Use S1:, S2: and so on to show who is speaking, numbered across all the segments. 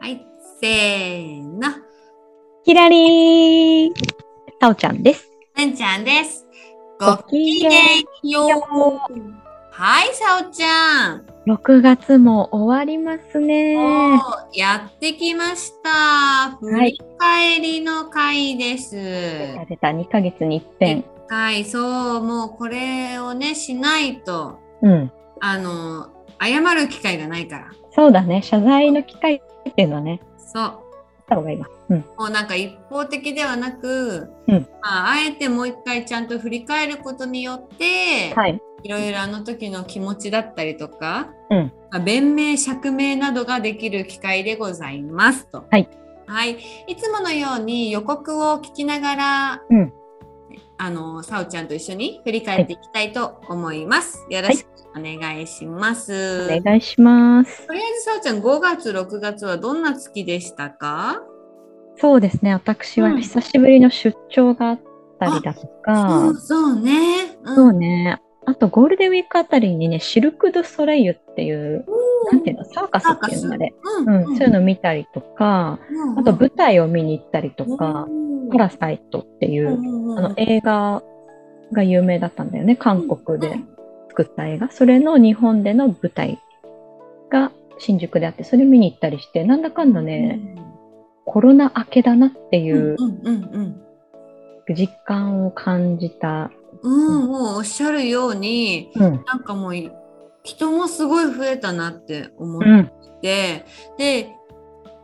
S1: はい、せーの、
S2: ひらりー。たおちゃんです。
S3: うんちゃんです。ご
S2: ご
S3: き
S2: き
S3: げ
S2: げ
S3: ん
S2: ん
S3: よう。はい、さおちゃん。
S2: 6月も終わりますね。
S3: おーやってきました。振
S2: い
S3: り返りの回です。
S2: 出た出た2ヶ月に一遍。
S3: はい、そう、もうこれをね、しないと、
S2: うん。
S3: あの、謝る機会がないから。
S2: そうだね。謝罪の機会っていうのはね、
S3: そ
S2: あった方がいいわ。うん。
S3: う。もうなんか一方的ではなく、
S2: うん
S3: まあ、あえてもう一回ちゃんと振り返ることによって、
S2: はい。
S3: いろいろあの時の気持ちだったりとか、
S2: うん
S3: まあ弁明釈明などができる機会でございますと。
S2: はい、
S3: はい、いつものように予告を聞きながら、
S2: うん
S3: あのさおちゃんと一緒に振り返っていきたいと思います。よろしくお願いします。
S2: お願いします。
S3: とりあえずさおちゃん5月6月はどんな月でしたか？
S2: そうですね。私は
S1: うん
S2: 久しぶりの出張があったりだとか、
S3: そうそうね。うん
S2: そうね。あとゴールデンウィークあたりにね、シルク・ドゥ・ソレイユっていう、なんていうの、サーカスっていうのあれ。
S3: うん
S2: うん、そういうの見たりとか、あと舞台を見に行ったりとか、パラサイトっていう、あの映画が有名だったんだよね韓国で作った映画それの日本での舞台が新宿であってそれ見に行ったりしてなんだかんだね、コロナ明けだなっ
S3: う
S2: てい
S3: んうん
S2: う
S3: うんうん
S2: 実感を感じた、
S3: うん、もうおっしゃるように、
S2: うん
S3: なんかもうい人もすごい増えたなって思っ
S2: うん、
S3: て、で、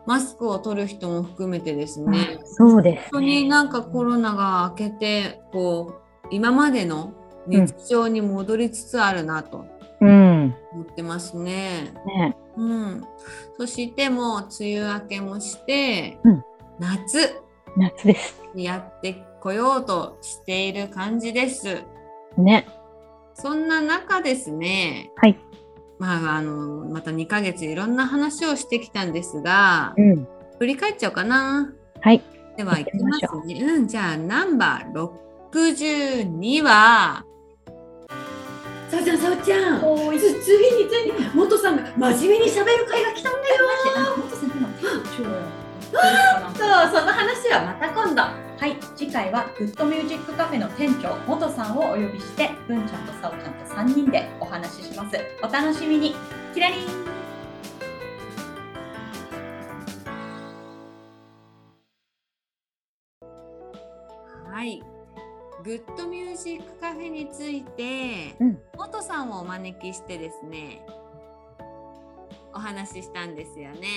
S3: マスクを取る人も含めてですね、
S2: そうです、ね、
S3: 本当になんかコロナが明けて、こう、今までの日常に戻りつつあるなと
S2: うん
S3: 思ってますね。
S2: ね
S3: うん。そしてもう梅雨明けもして、
S2: うん
S3: 夏
S2: 夏です
S3: にやってこようとしている感じです。
S2: ね
S3: そんな中ですね、
S2: はい
S3: まあ、あのまた2ヶ月いろんな話をしてきたんですが、
S2: うん
S3: 振り返っちゃおうかな。
S2: はい
S3: では、いきますね。うん、じゃあ、ナンバー62は、
S1: さおちゃん、さおちゃん、つついについに、もとさんが真面目に喋る会が来たんだよ。
S4: そう、その話はまた今度。はい、次回はグッドミュージックカフェの店長元さんをお呼びして、文ちゃんとさおちゃんと三人でお話しします。お楽しみに。キラリン。
S3: はい、グッドミュージックカフェについて、
S2: うん
S3: 元さんをお招きしてですね、お話ししたんですよね。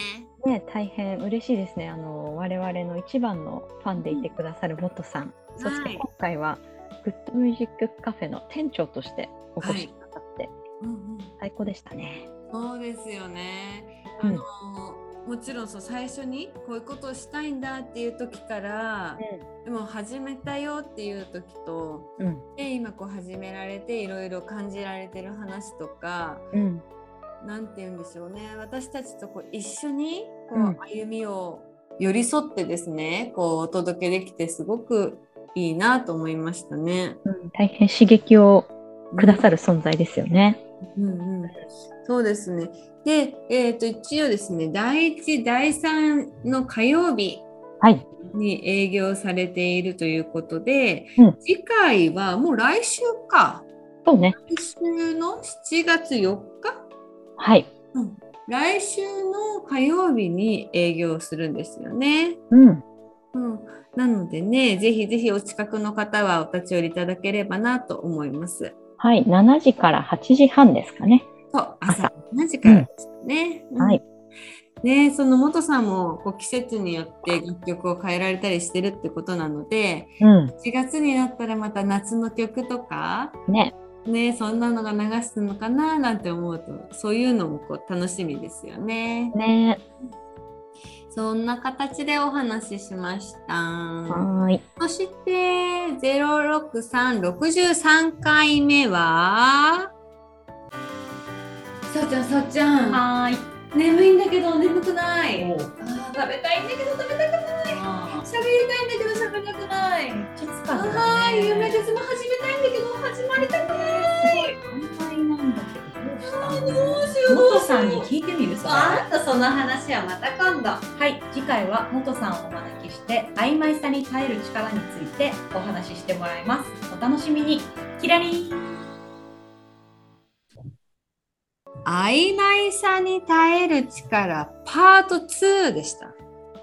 S2: ね大変嬉しいですねあの我々の一番のファンでいてくださる元さん、そして今回はグッドミュージックカフェの店長としてお越しくださって、
S3: うんうん
S2: 最高でしたね。
S3: そうですよね。あ
S2: うん
S3: の、もちろんそう最初にこういうことをしたいんだっていう時から、でも始めたよっていう時と
S2: うん、
S3: で今こう始められていろいろ感じられてる話とか
S2: うん、
S3: 何て言うんでしょうね私たちとこう一緒にこ
S2: う
S3: うん歩みを寄り添ってですねこうお届けできてすごくいいなと思いましたね。
S2: 大変刺激をくださる存在ですよね。
S3: うんうん、そうですね。で、えー、と一応ですね第1第3の火曜日
S2: はい、
S3: に営業されているということで、
S2: うん
S3: 次回はもう来週か
S2: そうね、
S3: 来週の7月4日
S2: はい、
S3: 来週の火曜日に営業するんですよね。
S2: う
S3: う
S2: ん、
S3: ん、なのでねぜひぜひお近くの方はお立ち寄りいただければなと思います。
S2: はい、7時から8時半ですかね。
S3: そう
S2: 朝
S3: 朝7時からですね。うん
S2: はい、
S3: ね、その元さんもこう季節によって楽曲を変えられたりしてるってことなので
S2: うん、
S3: 4月になったらまた夏の曲とか
S2: ね、
S3: ねそんなのが流してるのかななんて思うとそういうのもこう楽しみですよね。
S2: ね
S3: そんな形でお話ししました。
S2: はーい。
S3: そして063663回目はさおちゃんさおちゃん
S4: はーい。
S3: 眠いんだけど眠くない。
S4: お
S3: あー食べたいんだけど食べたくない。
S4: あ
S3: 喋りたいんだけど喋れなくない。
S4: ーめっちゃ疲れた、ね。
S3: はーい夢ですも始めたいんだけど始まりたくない。
S4: 完売なんだけど、どうしたの
S3: どうしようど
S4: 元
S3: うしよ
S4: さ
S3: うん
S4: に聞いてみるそれ
S3: あんたその話はまた今度。
S4: はい、次回は元さんをお招きして曖昧さに耐える力についてお話ししてもらいます。お楽しみに。キラリン。
S3: 曖昧さに耐える力パート2でした。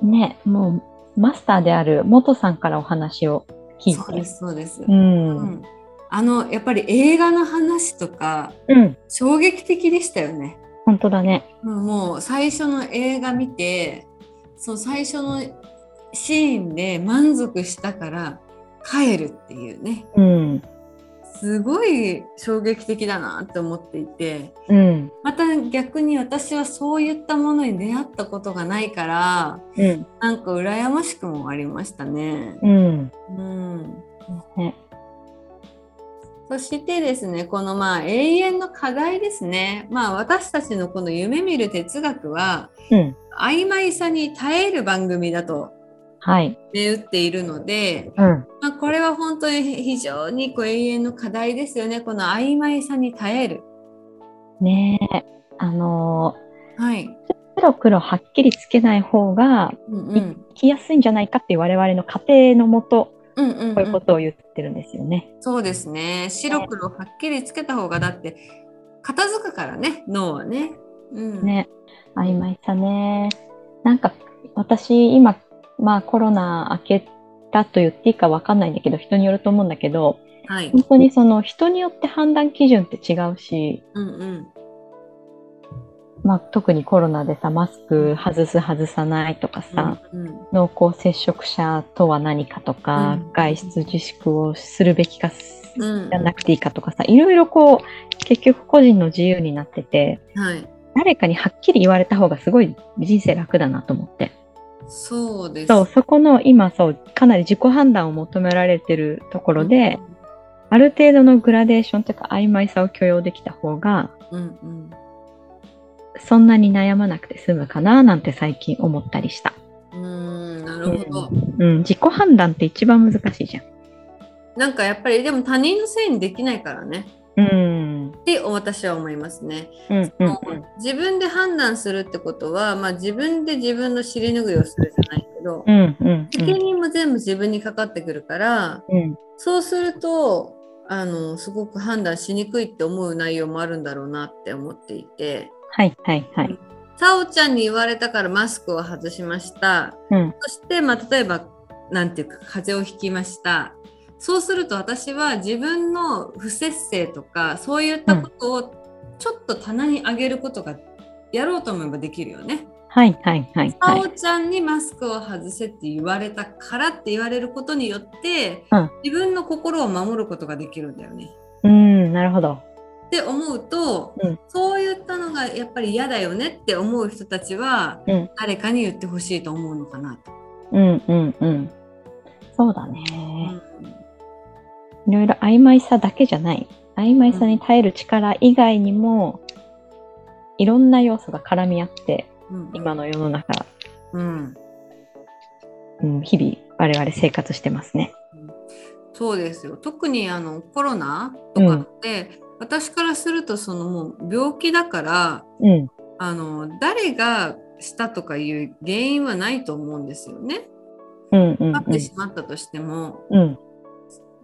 S2: ねもうマスターである元さんからお話を聞いて。
S3: そうですそうです。
S2: う。
S3: うん
S2: うん。
S3: ん、あのやっぱり映画の話とか衝撃的でしたよね。
S2: 本当だね。
S3: うんもう最初の映画見て、そう最初のシーンで満足したから帰るっていうね、
S2: うん。
S3: すごい衝撃的だなって思っていて。
S2: うん。
S3: また逆に私はそういったものに出会ったことがないから
S2: うん。
S3: なんか羨ましくもありましたね。
S2: うん。
S3: うん、
S2: ね
S3: そしてですねこのまあ永遠の課題ですね、まあ、私たちのこの夢見る哲学は
S2: うん。
S3: 曖昧さに耐える番組だと
S2: はい。
S3: 銘打っているので、
S2: うん。
S3: まあ、これは本当に非常にこう永遠の課題ですよねこの曖昧さに耐える。
S2: ねえ。あの
S3: はい、
S2: ー黒黒はっきりつけない方が
S3: うんうん
S2: 来やすいんじゃないかっていう我々の仮定のもと、
S3: うんうんうん
S2: こういうことを言ってるんですよね。
S3: そうですね。白黒はっきりつけた方がだって片付くからね、脳はね。うん。
S2: ね。曖昧さね。なんか、私、今、まあコロナ明けたと言っていいかわかんないんだけど、人によると思うんだけど、
S3: はい。
S2: 本当にその人によって判断基準って違うし、
S3: うんうん。
S2: まあ、特にコロナでさマスク外す外さないとかさ、
S3: うん
S2: 濃厚接触者とは何かとか、
S3: うん
S2: 外出自粛をするべきかす
S3: うん。
S2: じゃなくていいかとかさいろいろこう結局個人の自由になってて
S3: はい。
S2: 誰かにはっきり言われた方がすごい人生楽だなと思って
S3: そうです。
S2: そうそこの今そうかなり自己判断を求められてるところで、ある程度のグラデーションというか曖昧さを許容できた方が
S3: うんうん。
S2: そんなに悩まなくて済むかななんて最近思ったりした。
S3: うーん、なるほど。
S2: うん、自己判断って一番難しいじゃん。
S3: なんかやっぱりでも他人のせいにできないからね。
S2: うん。
S3: って私は思いますね。
S2: うんうん
S3: 自分で判断するってことは、まあ、自分で自分の尻拭いをするじゃないけど、
S2: うんうん
S3: 責任も全部自分にかかってくるから、
S2: うん
S3: そうするとあのすごく判断しにくいって思う内容もあるんだろうなって思っていて。
S2: はいはいはい。
S3: さおちゃんに言われたからマスクを外しました。
S2: うん
S3: そして、まあ、例えば、なんていうか、風邪をひきました。そうすると私は自分の不節制とか、そういったことをちょっと棚に上げることが、やろうと思えばできるよね。
S2: はいはいはい
S3: さ
S2: は
S3: おちゃんにマスクを外せって言われたからって言われることによって、
S2: うん
S3: 自分の心を守ることができるんだよね。
S2: い。うん、なるほど。
S3: って思うと、
S2: うん
S3: そういったのがやっぱり嫌だよねって思う人たちは、
S2: うん
S3: 誰かに言ってほしいと思うのかなと。
S2: うんうんうん。そうだ
S3: う
S2: ね。
S3: ん
S2: いろいろ曖昧さだけじゃない。曖昧さに耐える力以外にも、いろんな要素が絡み合って、
S3: うん
S2: 今の世の中、
S3: うん
S2: うん、日々我々生活してますね。
S3: そうですよ特にあのコロナとかって、私からするとそのもう病気だから
S2: うん。
S3: あの誰がしたとかいう原因はないと思うんですよね。
S2: うんうん
S3: かかってしまったとしても、
S2: うん。うん。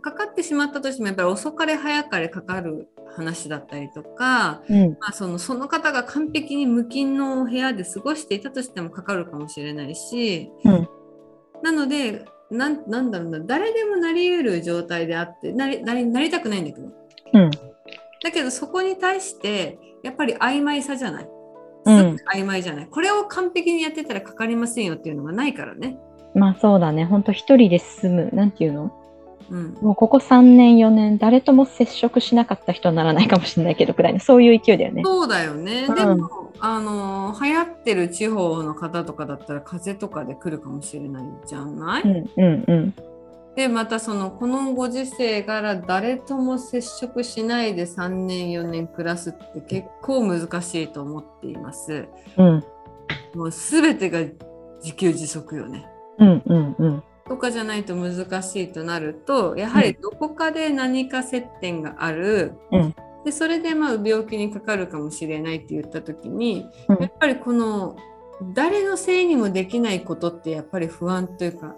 S3: かかってしまったとしてもやっぱり遅かれ早かれかかる話だったりとか、
S2: うん。
S3: まあ、そのその方が完璧に無菌のお部屋で過ごしていたとしてもかかるかもしれないし、
S2: うん
S3: なのでなんなんだろうな誰でもなり得る状態であってなりなりなりたくないんだけど
S2: うん。
S3: だけどそこに対してやっぱり曖昧さじゃない。
S2: うん
S3: すごく曖昧じゃない、これを完璧にやってたらかかりませんよっていうのがないからね。
S2: まあそうだね。ほんと一人で進む。なんていうの
S3: うん
S2: もうここ3年4年誰とも接触しなかった人にならないかもしれないけどくらいのそういう勢いだよね。
S3: そうだよね。
S2: うん
S3: でも、あの、流行ってる地方の方とかだったら、風邪とかで来るかもしれないじゃない、
S2: うんうんうん
S3: で、またその、このご時世から誰とも接触しないで3年、4年暮らすって結構難しいと思っています。
S2: うん
S3: もう全てが自給自足よね。
S2: うんうんうん
S3: とかじゃないと難しいとなるとやはりどこかで何か接点がある、
S2: うん
S3: でそれでまあ病気にかかるかもしれないって言った時に、
S2: うん
S3: やっぱりこの誰のせいにもできないことってやっぱり不安というか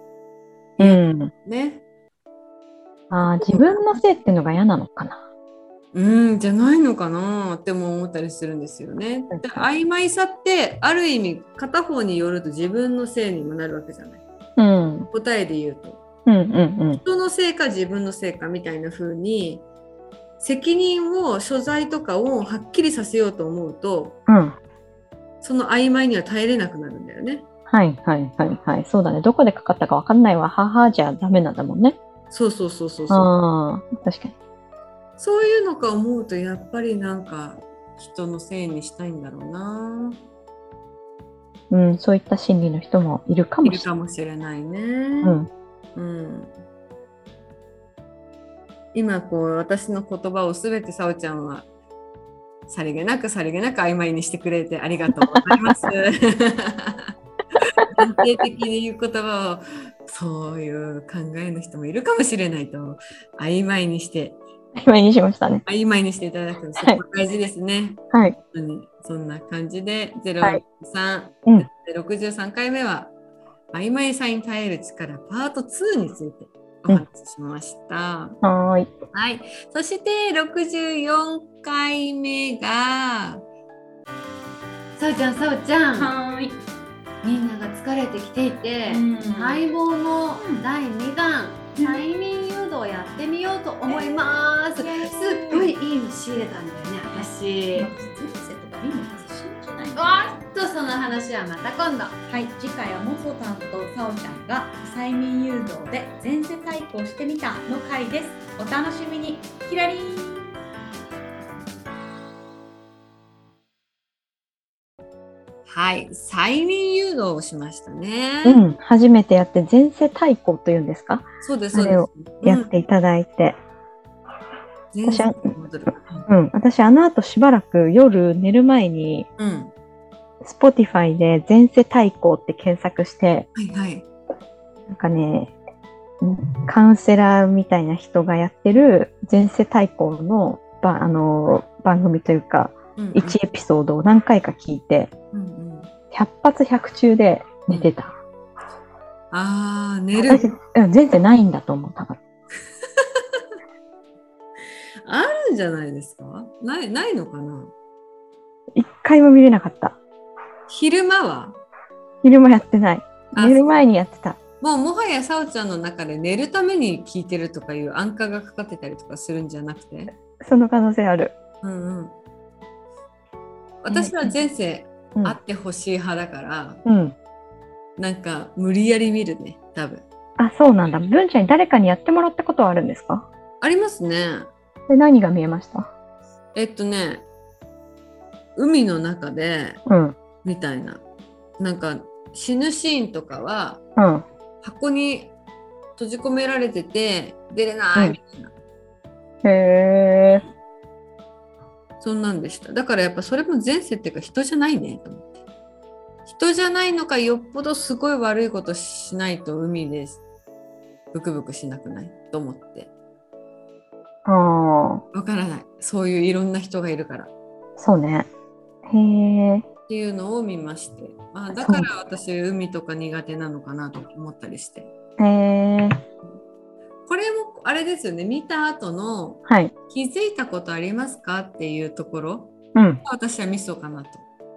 S2: うん
S3: ね
S2: あー自分のせいっていうのが嫌なのかな。
S3: うんじゃないのかなっても思ったりするんですよね。で曖昧さってある意味片方によると自分のせいにもなるわけじゃない
S2: うんうん
S3: 答えで言うと。
S2: うんうん
S3: 人のせいか自分のせいかみたいな風に責任を所在とかをはっきりさせようと思うと
S2: うん
S3: その曖昧には耐えれなくなるんだよね。
S2: はいはいはいはいそうだねどこでかかったかわかんないわ母じゃダメなんだもんね。
S3: そうそうそうそうそう。
S2: ああ確かに。
S3: そういうのか思うとやっぱりなんか人のせいにしたいんだろうな。
S2: うんそういった心理の人もいるか
S3: い
S2: も
S3: る
S2: しれ
S3: かもしれないね。
S2: ない。うん
S3: うん今こう私の言葉を全てさおちゃんはさりげなくさりげなく曖昧にしてくれてありがとうございます。安定的に言う言葉をそういう考えの人もいるかもしれないと曖昧にして
S2: 曖昧にしましたね。
S3: 曖昧にしていただくのすごく大事ですね。
S2: はい
S3: 本当にそんな感じで0
S2: はい
S3: 3
S2: うん
S3: 63回目は曖昧さに耐える力パート2についてお話ししました。
S2: はーい
S3: はい。そして64回目がさおちゃんさおちゃん
S4: はーい。
S3: みんなが疲れてきていて、
S4: は
S3: 相
S4: い。
S3: 棒の
S4: うん
S3: 第2弾、
S4: うん
S3: 催眠誘導やってみようと思います。
S4: イエーイ
S3: すっごいいいの仕入れたんだよね私。
S4: セとかいいのかしらない
S3: わーっとその話はまた今度。
S4: はい、次回はもそさんとさおちゃんが催眠誘導で前世対抗してみたの回です。お楽しみに。キラリン。
S3: はい、催眠誘導をしましたね。
S2: うん初めてやって前世対抗というんですか
S3: そうです、そう
S2: あ
S3: で
S2: れを
S3: す。
S2: やっていただいて。
S3: うん、前世に戻る。
S2: うん、私あの後しばらく夜寝る前に
S3: うん、は
S2: Spotify で前世対抗って検索して
S3: いはい。
S2: なんかねうんカウンセラーみたいな人がやってる前世対抗のばあの番組というか
S3: うんうん
S2: 1エピソードを何回か聞いて
S3: うんうん
S2: 100発100中で寝てた、
S3: ああ、寝る。
S2: 私うん前世ないんだと思う多分
S3: あるんじゃないですか。ない、ないのかな。
S2: 1回も見れなかった
S3: 昼間は。
S2: 昼間やってない
S3: あ
S2: 寝る前にやってた
S3: もうもはやさおちゃんの中で寝るために聞いてるとかいう安価がかかってたりとかするんじゃなくて。
S2: その可能性ある、
S3: うんうん。私は前世
S2: うん
S3: あってほしい派だから、
S2: うん、
S3: なんか無理やり見るね、多分。
S2: あそうなんだ文ちゃんに誰かにやってもらったことはあるんですか
S3: ありますね。
S2: で何が見えました
S3: えっとね、海の中で
S2: うん
S3: みたいな。なんか死ぬシーンとかは
S2: うん
S3: 箱に閉じ込められてて出れないみたいな、
S2: へえ
S3: そんなんでした。だからやっぱそれも前世っていうか人じゃないねと思って。人じゃないのかよっぽどすごい悪いことしないと海でブクブクしなくないと思って。
S2: ああ
S3: わからない。そういういろんな人がいるから。
S2: そうねへえ
S3: っていうのを見まして、まあ、だから私海とか苦手なのかなと思ったりして
S2: へえ
S3: これもあれですよね見た後の
S2: はい
S3: 気づいたことありますかっていうところ
S2: うん
S3: 私はミソかなと、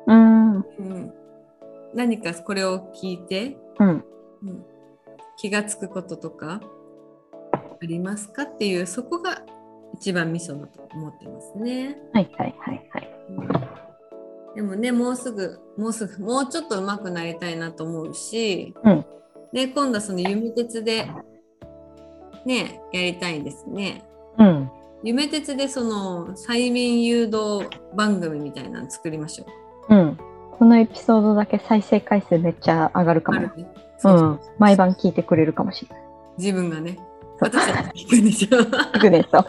S2: うん
S3: うん、何かこれを聞いて、
S2: うん
S3: うん、気がつくこととかありますかっていうそこが一番ミソだと思ってますね、
S2: はいはいはいはい
S3: うんでもねもうすぐもうすぐもうちょっと上手くなりたいなと思うし
S2: うん
S3: で今度はその弓鉄でね、やりたいですね。
S2: うん。
S3: 夢鉄でその催眠誘導番組みたいなの作りましょう。
S2: うん。このエピソードだけ再生回数めっちゃ上がるか
S3: あ
S2: も。
S3: るね
S2: う。
S3: そうそうん
S2: 毎晩聞いてくれるかもしれない。
S3: 自分がね、
S2: そう
S3: 私たちが聞くんでし ょ。
S2: 聞くね、そう。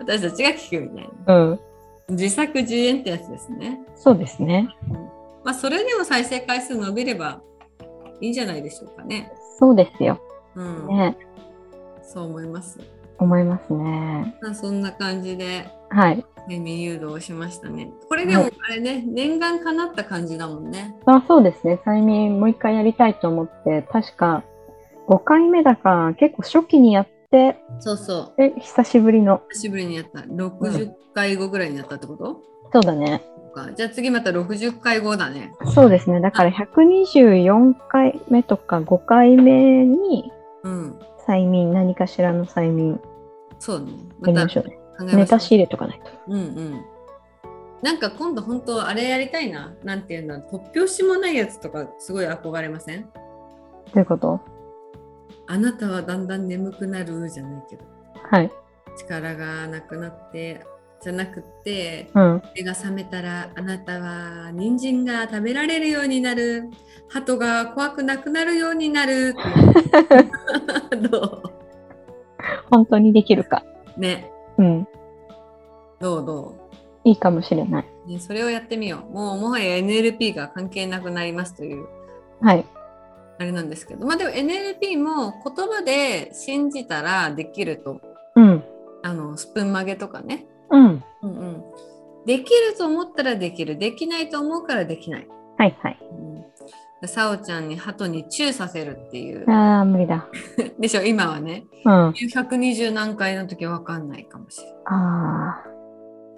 S3: 私たちが聞くみたいな。
S2: うん。
S3: 自作自演ってやつですね。
S2: そうですね。
S3: まあ、それでも再生回数伸びればいいんじゃないでしょうかね。
S2: そうですよ。
S3: うん、
S2: ね。
S3: そう思います。
S2: 思いますね。
S3: まあ、そんな感じで
S2: はい。
S3: 催眠誘導をしましたね。これでも
S2: は
S3: あれね、念願かなった感じだもんね。
S2: あそうですね。催眠もう一回やりたいと思って、確か5回目だから結構初期にやって、
S3: そうそう。
S2: え、久しぶりの。
S3: 久しぶりにやった。60回後ぐらいにやったってこと、
S2: そうだね。
S3: そっかじゃあ次また60回後だね。
S2: そうですね。だから124回目とか5回目に
S3: うん。
S2: 催眠、何かしらの催眠
S3: そうね。ま
S2: や
S3: た
S2: りま
S3: 考
S2: しょう
S3: え
S2: ね。
S3: ましょう。
S2: ネタ仕入れとかないと。
S3: うんうん。なんか今度本当あれやりたいな。なんていうんだろう。突拍子もないやつとかすごい憧れません
S2: どういうこと
S3: あなたはだんだん眠くなるじゃないけど
S2: はい。
S3: 力がなくなってじゃなくって
S2: うん。
S3: 目が覚めたらあなたは人参が食べられるようになる鳩が怖くなくなるようになる ど
S2: 本当にできるか。
S3: うね
S2: うん。
S3: どうど
S2: いいかもしれない。
S3: う、ね、それをやってみようもうもはや NLP が関係なくなりますという
S2: はい。
S3: あれなんですけどまあでも NLP も言葉で信じたらできると
S2: うん。
S3: あのスプーン曲げとかね
S2: うん。
S3: うんうん、できると思ったらできるできないと思うからできない、
S2: はいはい。
S3: うん、さおちゃんに鳩にチューさせるっていう
S2: ああ、無理だ。
S3: でしょ今はね
S2: うん。あ
S3: 120何回の時わかんないかもしれない
S2: あ。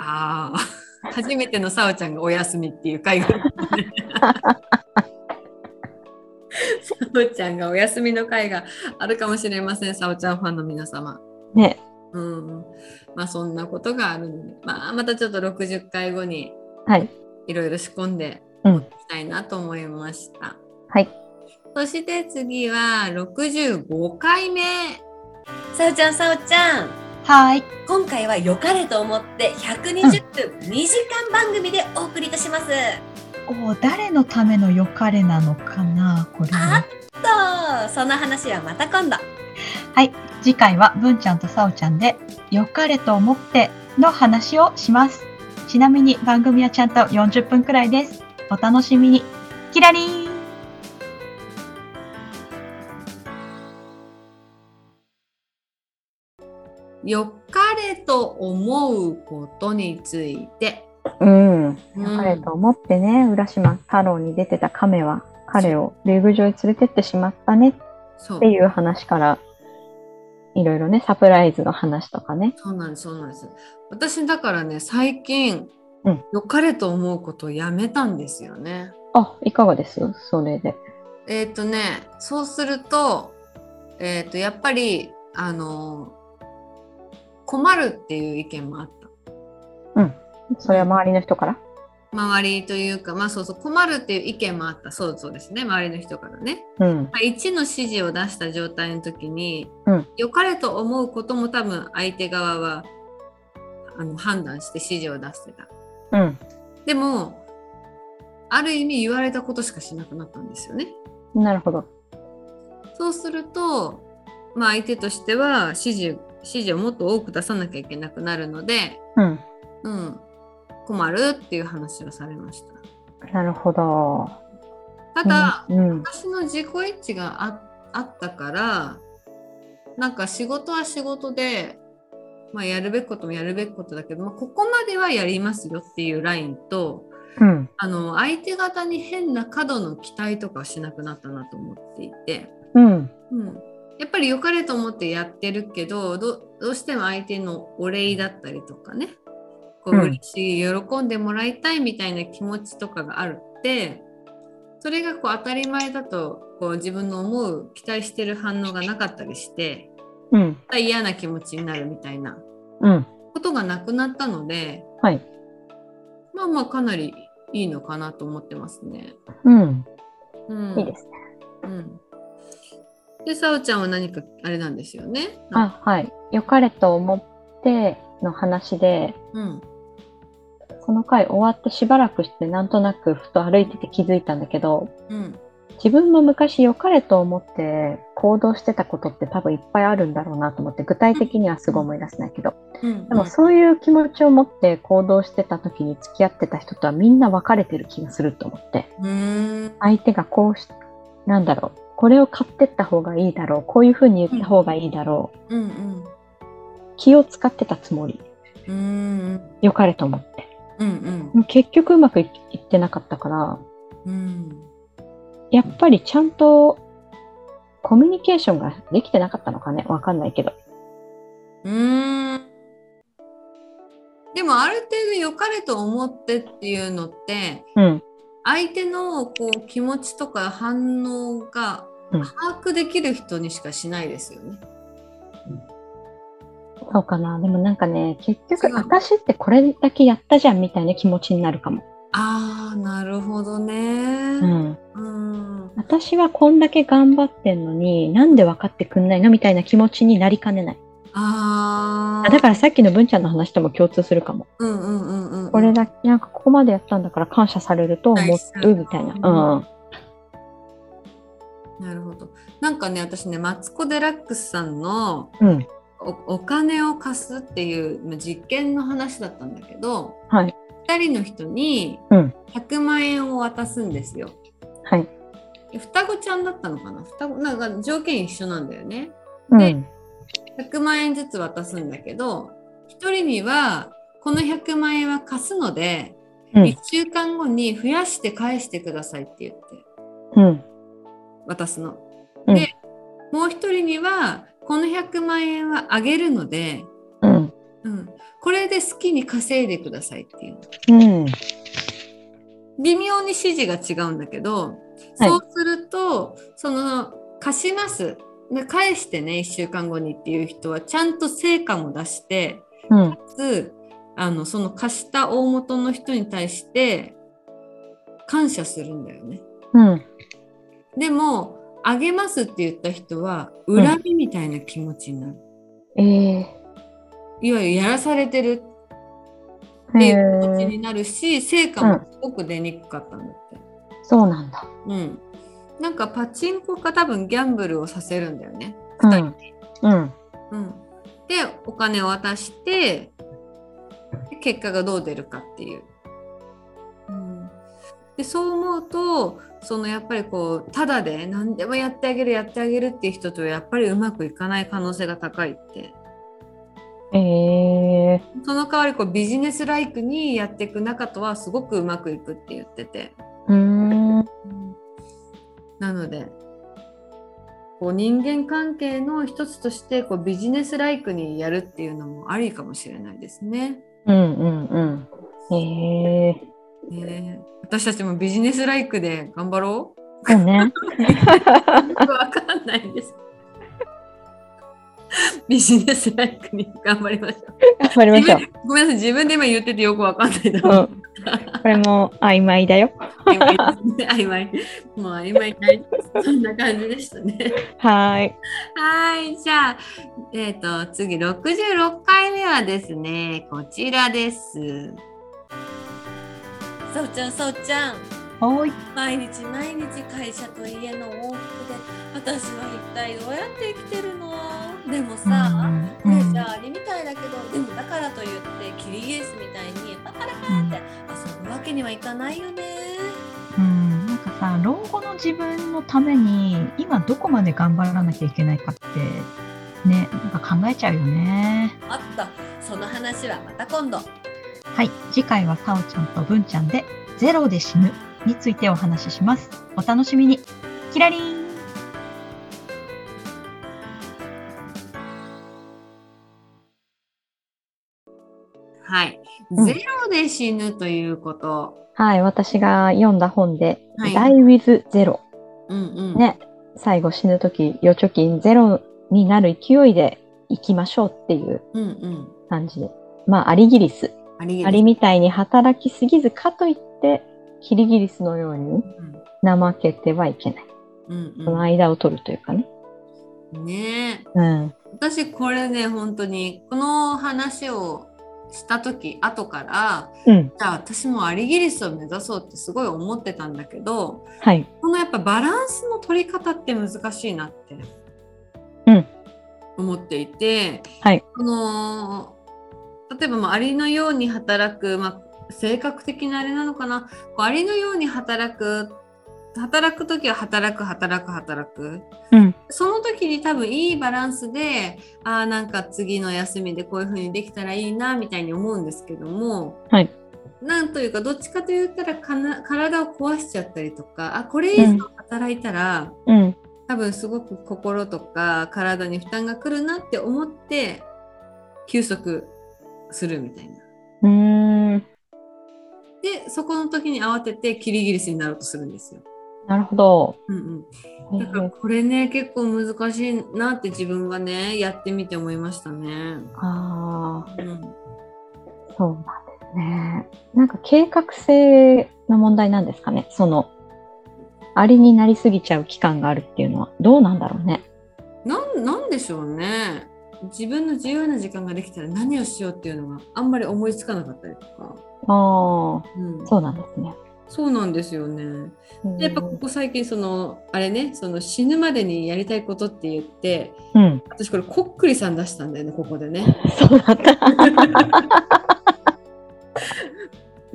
S3: あー 初めてのさおちゃんがお休みっていう回が さおちゃんがお休みの回があるかもしれませんさおちゃんファンの皆様
S2: ね。
S3: うんまあそんなことがあるので、まあ、またちょっと60回後に
S2: はい。
S3: いろいろ仕込んで
S2: うん
S3: 持ってきたいなと思いました。
S2: はい。
S3: そして次は65回目。
S4: さおちゃんさおちゃん
S2: はい。
S4: 今回は良かれと思って120分2時間番組でお送りいたします。
S5: こう誰のための良かれなのかなこれは
S4: とその話はまた今度。
S5: 次回は文ちゃんとさおちゃんで良かれと思っての話をしますちなみに番組はちゃんと40分くらいですお楽しみにキラリン
S3: よかれと思うことについて。
S2: う
S3: う
S2: ん。
S3: ん
S2: 彼と思ってね、浦島太郎に出てた亀は彼を竜宮城へ連れてってしまったねっ
S3: そう
S2: ていう話からいろいろねサプライズの話とかね
S3: そうなんです、そうなんです。私だからね、最近、
S2: うん
S3: よかれと思うことをやめたんですよね。
S2: あいかがですそれで
S3: えっ、とね、そうすると、えっ、と、やっぱり、あの、困るっていう意見もあった。
S2: それは周りの人から
S3: 周りというか、まあそうそう、困るっていう意見もあった。そうそうですね。周りの人からね。
S2: うん
S3: まあ1の指示を出した状態の時に、
S2: うん
S3: 良かれと思うことも多分相手側はあの判断して指示を出してた。
S2: うん
S3: でも、ある意味言われたことしかしなくなったんですよね。
S2: なるほど
S3: そうすると、まあ相手としては指示、指示をもっと多く出さなきゃいけなくなるので、
S2: うん
S3: うん、困るっていう話をされました。
S2: なるほど
S3: ただ、
S2: うん
S3: 私の自己一致がああったからなんか仕事は仕事で、まあ、やるべきこともやるべきことだけど、まあ、ここまではやりますよっていうラインと
S2: うん
S3: あの相手方に変な過度の期待とかはしなくなったなと思っていて、
S2: うん
S3: うん、やっぱり良かれと思ってやってるけどどどうしても相手のお礼だったりとかねこう
S2: うん
S3: 嬉しい喜んでもらいたいみたいな気持ちとかがあるってそれがこう当たり前だとこう自分の思う期待してる反応がなかったりして
S2: うん
S3: また嫌な気持ちになるみたいな
S2: うん
S3: ことがなくなったので
S2: はい
S3: まあまあかなりいいのかなと思ってますね。
S2: うん
S3: うん、
S2: いいですね
S3: うんで、さおちゃんは何かあれなんですよね。なんか
S2: あ、はい。良かれと思っての話で、
S3: うん。
S2: この回終わってしばらくしてなんとなくふと歩いてて気づいたんだけど、
S3: うん。
S2: 自分も昔良かれと思って行動してたことって多分いっぱいあるんだろうなと思って具体的にはすごい思い出せないけど
S3: うん。
S2: でもそういう気持ちを持って行動してた時に付き合ってた人とはみんな別れてる気がすると思って
S3: うん。
S2: 相手がこうしなんだろうこれを買ってった方がいいだろうこういうふうに言った方がいいだろう、
S3: うん。うん。
S2: 気を使ってたつもり
S3: うん。
S2: 良かれと思って
S3: うん。
S2: でも結局うまくいいってなかったから
S3: うん。
S2: やっぱりちゃんとコミュニケーションができてなかったのかねわかんないけど
S3: うーんでもある程度良かれと思ってっていうのって
S2: うん
S3: 相手のこう気持ちとか反応が
S2: うん
S3: 把握できる人にしかしないですよね。
S2: そうかな。でもなんかね、結
S3: 違う
S2: 局、私ってこれだけやったじゃんみたいな気持ちになるかも。
S3: ああなるほど
S2: う
S3: ね。
S2: ん。
S3: うん、
S2: 私はこんだけ頑張ってんのに、なんで分かってくんないのみたいな気持ちになりかねない。
S3: あ
S2: あ
S3: あ
S2: だからさっきの文ちゃんの話とも共通するかも。
S3: うんうんうんうんうん。
S2: これだけ、なんかここまでやったんだから感謝されると思うみたいな。
S3: なるほど。なんかね私ねマツコ・デラックスさんの
S2: うん。うん。
S3: おお金を貸すっていうまあ実験の話だったんだけど、
S2: はい
S3: 2人の人に
S2: うん
S3: 100万円を渡すんですよ。
S2: はい。
S3: で双子ちゃんだったのかな双子なんか条件一緒なんだよね。
S2: う
S3: で
S2: ん。
S3: 100万円ずつ渡すんだけど1人にはこの100万円は貸すので、
S2: うん
S3: 1週間後に増やして返してくださいって言って
S2: うん。
S3: 渡すの。
S2: うん
S3: でもう1人にはこの100万円はあげるので、
S2: うん。
S3: うん、これで好きに稼いでくださいっていう
S2: うん。
S3: 微妙に指示が違うんだけど、
S2: はい
S3: そうするとその貸しますで返してね1週間後にっていう人はちゃんと成果も出して
S2: うん。
S3: かつあのその貸した大元の人に対して感謝するんだよね。
S2: うん。
S3: でもあげますって言った人は恨みみたいな気持ちになる、
S2: ええ
S3: いわゆるやらされてるっ
S2: ー。
S3: て
S2: え
S3: いう気持ち
S2: ー
S3: になるし成果もすごく出にくかったんだって。
S2: そうなんだ。
S3: うん、なんかパチンコか多分ギャンブルをさせるんだよね。
S2: う
S3: 二人
S2: ん。うん。
S3: うん、でお金を渡してで結果がどう出るかっていう。うん、でそう思うとそのやっぱりこうただで何でもやってあげるやってあげるっていう人とはやっぱりうまくいかない可能性が高いって。
S2: ええ
S3: その代わりこうビジネスライクにやっていく中とはすごくうまくいくって言ってて。
S2: ー。うーん。
S3: なのでこう人間関係の一つとしてこうビジネスライクにやるっていうのもありかもしれないですね。
S2: うんうんうん。へえ
S3: ねえ私たちもビジネスライクで頑張ろう
S2: ー。そうね。
S3: よくわかんないです。 ビジネスライクに頑張りましょう。
S2: 頑張りましょう。
S3: ごめんなさい、自分で今言っててよくわかんないな。
S2: うん。これも曖昧だよ。
S3: 曖昧ですね 曖昧。もう曖昧になりますそんな感じでしたね。
S2: はーい。
S3: はい、じゃあ、えっ、と、次66回目はですね、こちらです。
S6: さおちゃんさおちゃん
S5: おーい。
S6: 毎日毎日会社と家の往復で私は一体どうやって生きてるのでもさ、
S5: う
S6: こ
S5: ん
S6: れじゃありみたいだけどでもだからといってキリギリスみたいにパカラカって遊ぶわけにはいかないよね
S5: うんなんかさ老後の自分のために今どこまで頑張らなきゃいけないかってねなんか考えちゃうよね
S6: あったその話はまた今度
S5: はい次回はさおちゃんとぶんちゃんで「ゼロで死ぬ」についてお話ししますお楽しみにキラリン
S3: はい、
S2: うん
S3: ゼロで死ぬということ。
S2: はい。私が読んだ本で、
S3: はい
S2: Die with Zero。
S3: うんうん。
S2: ね。最後死ぬとき、預貯金ゼロになる勢いで行きましょうっていう
S3: うんうん。
S2: 感じで。まあ、アリギリス。
S3: あり
S2: ア
S3: が
S2: リみたいに働きすぎず、かといって、キリギリスのよう
S3: う
S2: に
S3: ん
S2: 怠けてはいけない。
S3: うん
S2: その
S3: うん。
S2: 間を取るというかね。
S3: ねえ
S2: うん。
S3: 私これね本当にこの話をした時後から
S2: うん。
S3: じゃあ私もアリギリスを目指そうってすごい思ってたんだけど
S2: はい。
S3: このやっぱバランスの取り方って難しいなって
S2: うん
S3: 思っていて、
S2: はい
S3: この例えばまあアリのように働く、まあ、性格的なあれなのかなこうアリのように働く働く時は働く働く働く
S2: うん。
S3: その時に多分いいバランスであーなんか次の休みでこういう風にできたらいいなみたいに思うんですけども、
S2: はい
S3: なんというかどっちかと言ったらかな体を壊しちゃったりとかあこれ以上働いたら、
S2: うん。
S3: 多分すごく心とか体に負担がくるなって思って休息するみたいな。
S2: うーん。
S3: でそこの時に慌ててキリギリスになろうとするんですよ。
S2: なるほど。
S3: うんうんだからこれね結構難しいなって自分がねやってみて思いましたね。
S2: あ
S3: う
S2: あ、
S3: ん、
S2: そうなんですね。なんか計画性の問題なんですかね。その、アリになりすぎちゃう期間があるっていうのはどうなんだろうね。
S3: なんなんでしょうね自分の自由な時間ができたら何をしようっていうのがあんまり思いつかなかったりとか、
S2: ああ、
S3: うん、
S2: そうなんですね。
S3: そうなんですよね。でやっぱこ
S2: う
S3: こ最近そのあれねその死ぬまでにやりたいことって言って
S2: ん、
S3: 私これこっくりさん出したんだよねここでね。
S2: そうだった。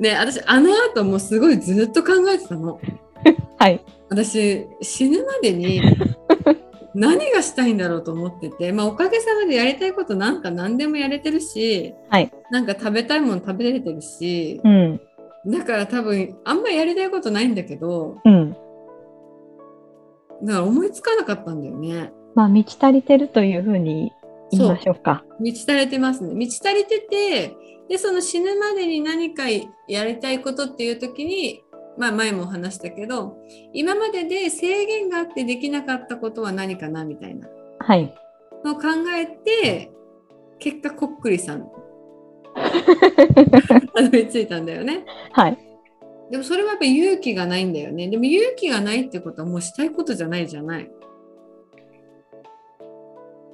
S3: ね私あの後もうすごいずっと考えてたの。
S2: はい。
S3: 私死ぬまで に何がしたいんだろうと思ってて、まあ、おかげさまでやりたいことなんか何でもやれてるし、
S2: はい
S3: なんか食べたいもの食べれてるし
S2: う、ん、
S3: だから多分あんまりやりたいことないんだけど
S2: うん。
S3: だから思いつかなかったんだよね。
S2: まあ、満ち足りてるというふうに言いましょうか。
S3: 満ち足れてますね。満ち足れててでその死ぬまでに何かやりたいことっていう時に、まあ、前も話したけど今までで制限があってできなかったことは何かなみたいな。
S2: はい。
S3: の考えて結果こっくりさんたどり着いたんだよね
S2: はい。
S3: でもそれはやっぱ勇気がないんだよねでも勇気がないってことはもうしたいことじゃないじゃない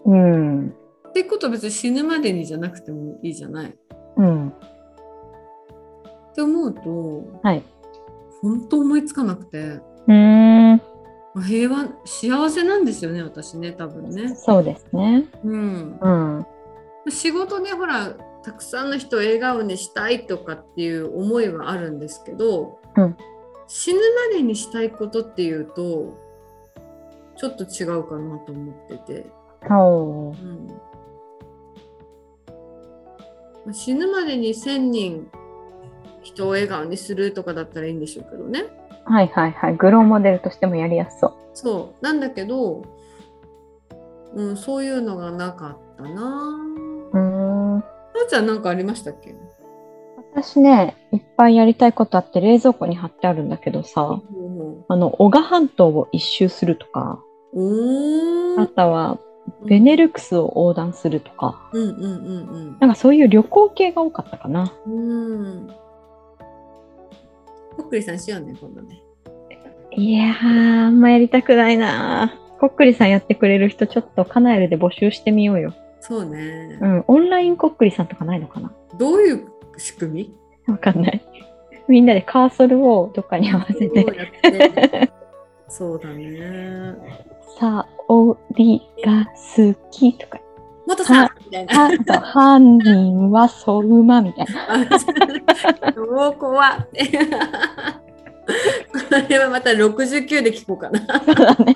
S2: うん。
S3: ってことは別に死ぬまでにじゃなくてもいいじゃない
S2: うん。
S3: って思うと
S2: はい。
S3: 本当思いつかなくて
S2: うーん。
S3: まあ平和幸せなんですよね私ね多分ね
S2: そうですね。
S3: うん
S2: うん。
S3: 仕事でほらたくさんの人を笑顔にしたいとかっていう思いはあるんですけど、
S2: うん
S3: 死ぬまでにしたいことっていうとちょっと違うかなと思ってて、
S2: おー
S3: うんまあ死ぬまでに1,000人人を笑顔にするとかだったらいいんでしょうけどね
S2: はいはいはい。グローモデルとしてもやりやすそう。
S3: そうなんだけど、うん、そういうのがなかったなぁ。
S2: うーん。
S3: なおちゃんなんかありましたっけ
S2: 私ね、いっぱいやりたいことあって冷蔵庫に貼ってあるんだけどさ、あの、男鹿半島を一周するとか、
S3: お
S2: あ
S3: ー
S2: とはベネルクスを横断するとか、
S3: うんうんうん
S2: なんかそういう旅行系が多かったかな。
S3: うん。うん。ぽっくりさんしようね、今度ね。
S2: いやー、あんまやりたくないなー。こっくりさんやってくれる人、ちょっとカナエルで募集してみようよ。
S3: そうね
S2: う。ん、オンラインこっくりさんとかないのかな
S3: どういう仕組
S2: わかんない。 みんなでカーソルをどっかに合わせ
S3: み
S2: て
S3: ど、うやってそうだね。
S2: サオリが好きとか
S3: もっとさみたいな。
S2: あと犯人はソウマみたい な。
S3: もう怖っ。これはまた69で聞こうかな。
S2: そうだね。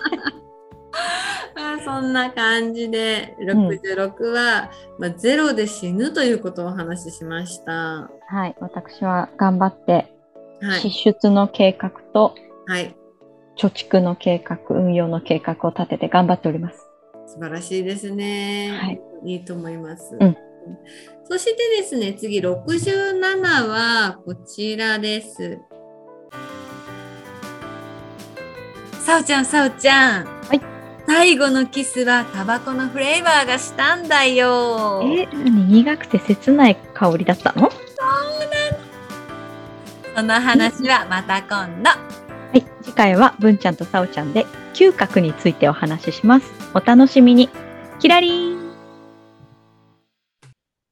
S3: まあそんな感じで66は、まあ、ゼロで死ぬということをお話ししました。
S2: はい、私は頑張って、
S3: は
S2: 支
S3: い。
S2: 出の計画と
S3: はい。
S2: 貯蓄の計画、運用の計画を立てて頑張っております。
S3: 素晴らしいですね。
S2: はい、
S3: いと思います。
S2: うん
S3: そしてですね、次67はこちらです。
S6: さおちゃん、さおちゃん。
S2: はい。
S6: 最後のキスはタバコのフレーバーがしたんだよ。
S2: え、何苦くて切ない香りだったの
S6: その話はまた今度。
S2: はい、次回は文ちゃんとさおちゃんで嗅覚についてお話しします。お楽しみに。キラリーン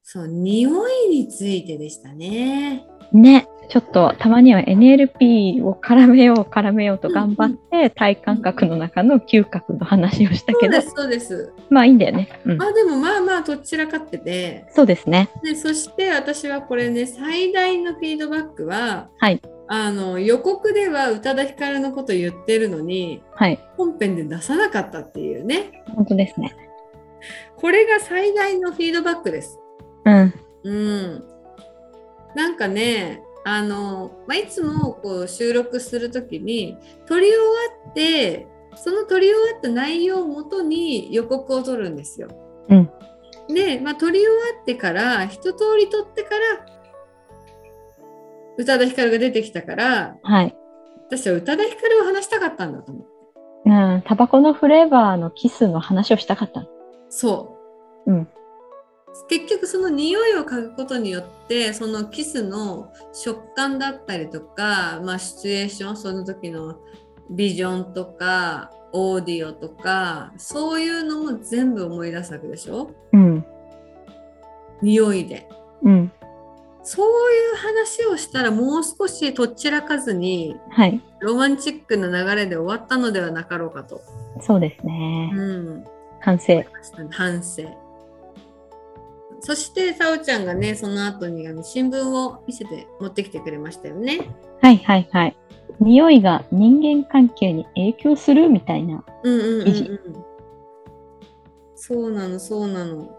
S3: そう、匂いについてでしたね。
S2: ね、ちょっとたまには NLP を絡めよう絡めようと頑張って体感覚の中の嗅覚の話をした
S3: そ
S2: け
S3: う
S2: ど
S3: で、す、そうです。
S2: まあいいんだよね。うん
S3: ま。あでもまあまあ、どちらかってて、
S2: そうですね。
S3: でそして私はこれね、最大のフィードバックは、
S2: はい
S3: あの予告では宇多田ヒカルのこと言ってるのに、
S2: はい。
S3: 本編で出さなかったっていうね、
S2: 本当ですね。
S3: これが最大のフィードバックです。
S2: うん。
S3: うん、なんかねあの、まあ、いつもこう収録する時に撮り終わってその撮り終わった内容をもとに予告を撮るんですよ。
S2: うん
S3: で、まあ、撮り終わってから一通り撮ってから宇多田ヒカルが出てきたから
S2: はい。
S3: 私は宇多田ヒカルを話したかったんだと思う。
S2: うん。タバコのフレーバーのキスの話をしたかった。
S3: そう、
S2: うん
S3: 結局その匂いを嗅ぐことによってそのキスの食感だったりとか、まあ、シチュエーションその時のビジョンとかオーディオとかそういうのも全部思い出すわけでしょ
S2: うん。
S3: 匂いで。
S2: うん。
S3: そういう話をしたらもう少しとっちらかずに
S2: はい。
S3: ロマンチックな流れで終わったのではなかろうかと。
S2: そうですね
S3: う。ん
S2: 反省。
S3: 反省そしてさおちゃんがねその後にあの新聞を見せて持ってきてくれましたよね
S2: はいはいはい。匂いが人間関係に影響するみたいな。
S3: うんうんうん、う
S2: 記事
S3: ん、そうなのそうなの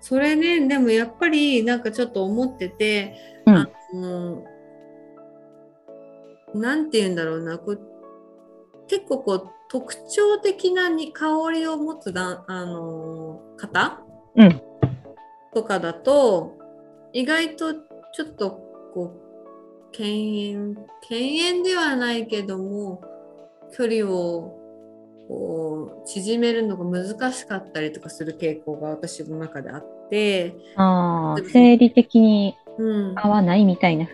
S3: それねでもやっぱりなんかちょっと思ってて、
S2: うん
S3: あのなんて言うんだろうなこう結構こう特徴的なに香りを持つだあの方、
S2: うん
S3: とかだと意外とちょっとこう敬遠敬遠ではないけども距離をこう縮めるのが難しかったりとかする傾向が私の中であって、
S2: あ
S3: そうで
S2: あ、
S3: すね
S2: 生理的に
S3: うん、
S2: 合わないみたいな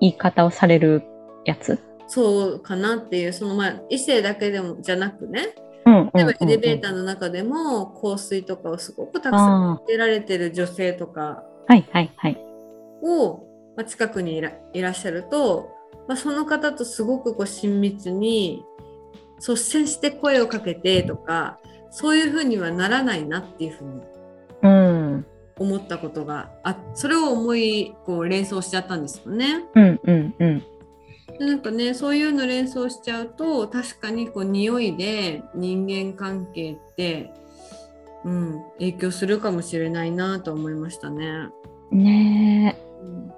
S2: 言い方をされるやつ。
S3: そうかなっていうそのまあ異性だけでもじゃなくね
S2: うん
S3: 例えばエレベータ
S2: ー
S3: ーの中でも香水とかをすごくたくさん
S2: ああ、
S3: 出られてる女性とか
S2: はいはいはい。
S3: を、まあ、近くにいらいらっしゃると、まあ、その方とすごくこう親密に率先して声をかけてとかそういうふうにはならないなっていうふうに
S2: うん。うん
S3: 思ったことがあそれを思いこう連想しちゃったんですよね。
S2: うんうん。
S3: でなんかねそういうの連想しちゃうと確かにこう匂いで人間関係って、うん、影響するかもしれないなと思いましたね。
S2: ねえ、
S3: うん